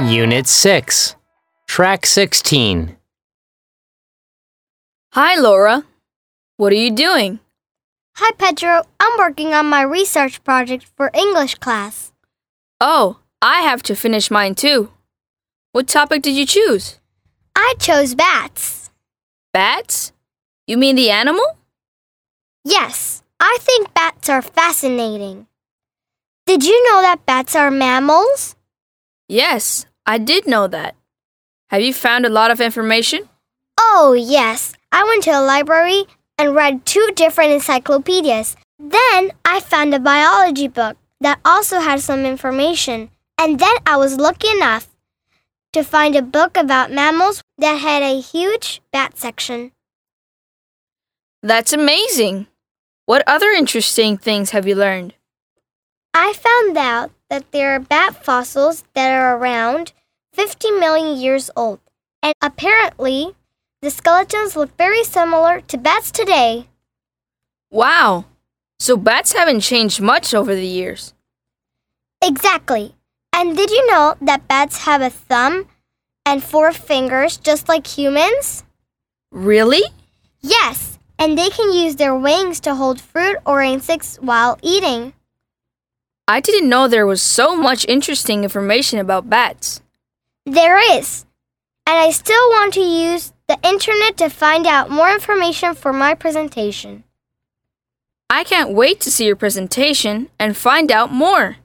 Unit 6, Track 16. Hi, Laura. What are you doing? Hi, Pedro. I'm working on my research project for English class. Oh, I have to finish mine too. What topic did you choose? I chose bats. Bats? You mean the animal? Yes, I think bats are fascinating. Did you know that bats are mammals? Yes, I did know that. Have you found a lot of information? Oh, yes. I went to a library and read two different encyclopedias. Then I found a biology book that also had some information. And then I was lucky enough to find a book about mammals that had a huge bat section. That's amazing. What other interesting things have you learned? I found out that there are bat fossils that are around 50 million years old, and apparently, the skeletons look very similar to bats today. Wow. So bats haven't changed much over the years. Exactly. And did you know that bats have a thumb and four fingers just like humans? Really? Yes, and they can use their wings to hold fruit or insects while eating. I didn't know there was so much interesting information about bats. There is. And I still want to use the internet to find out more information for my presentation. I can't wait to see your presentation and find out more.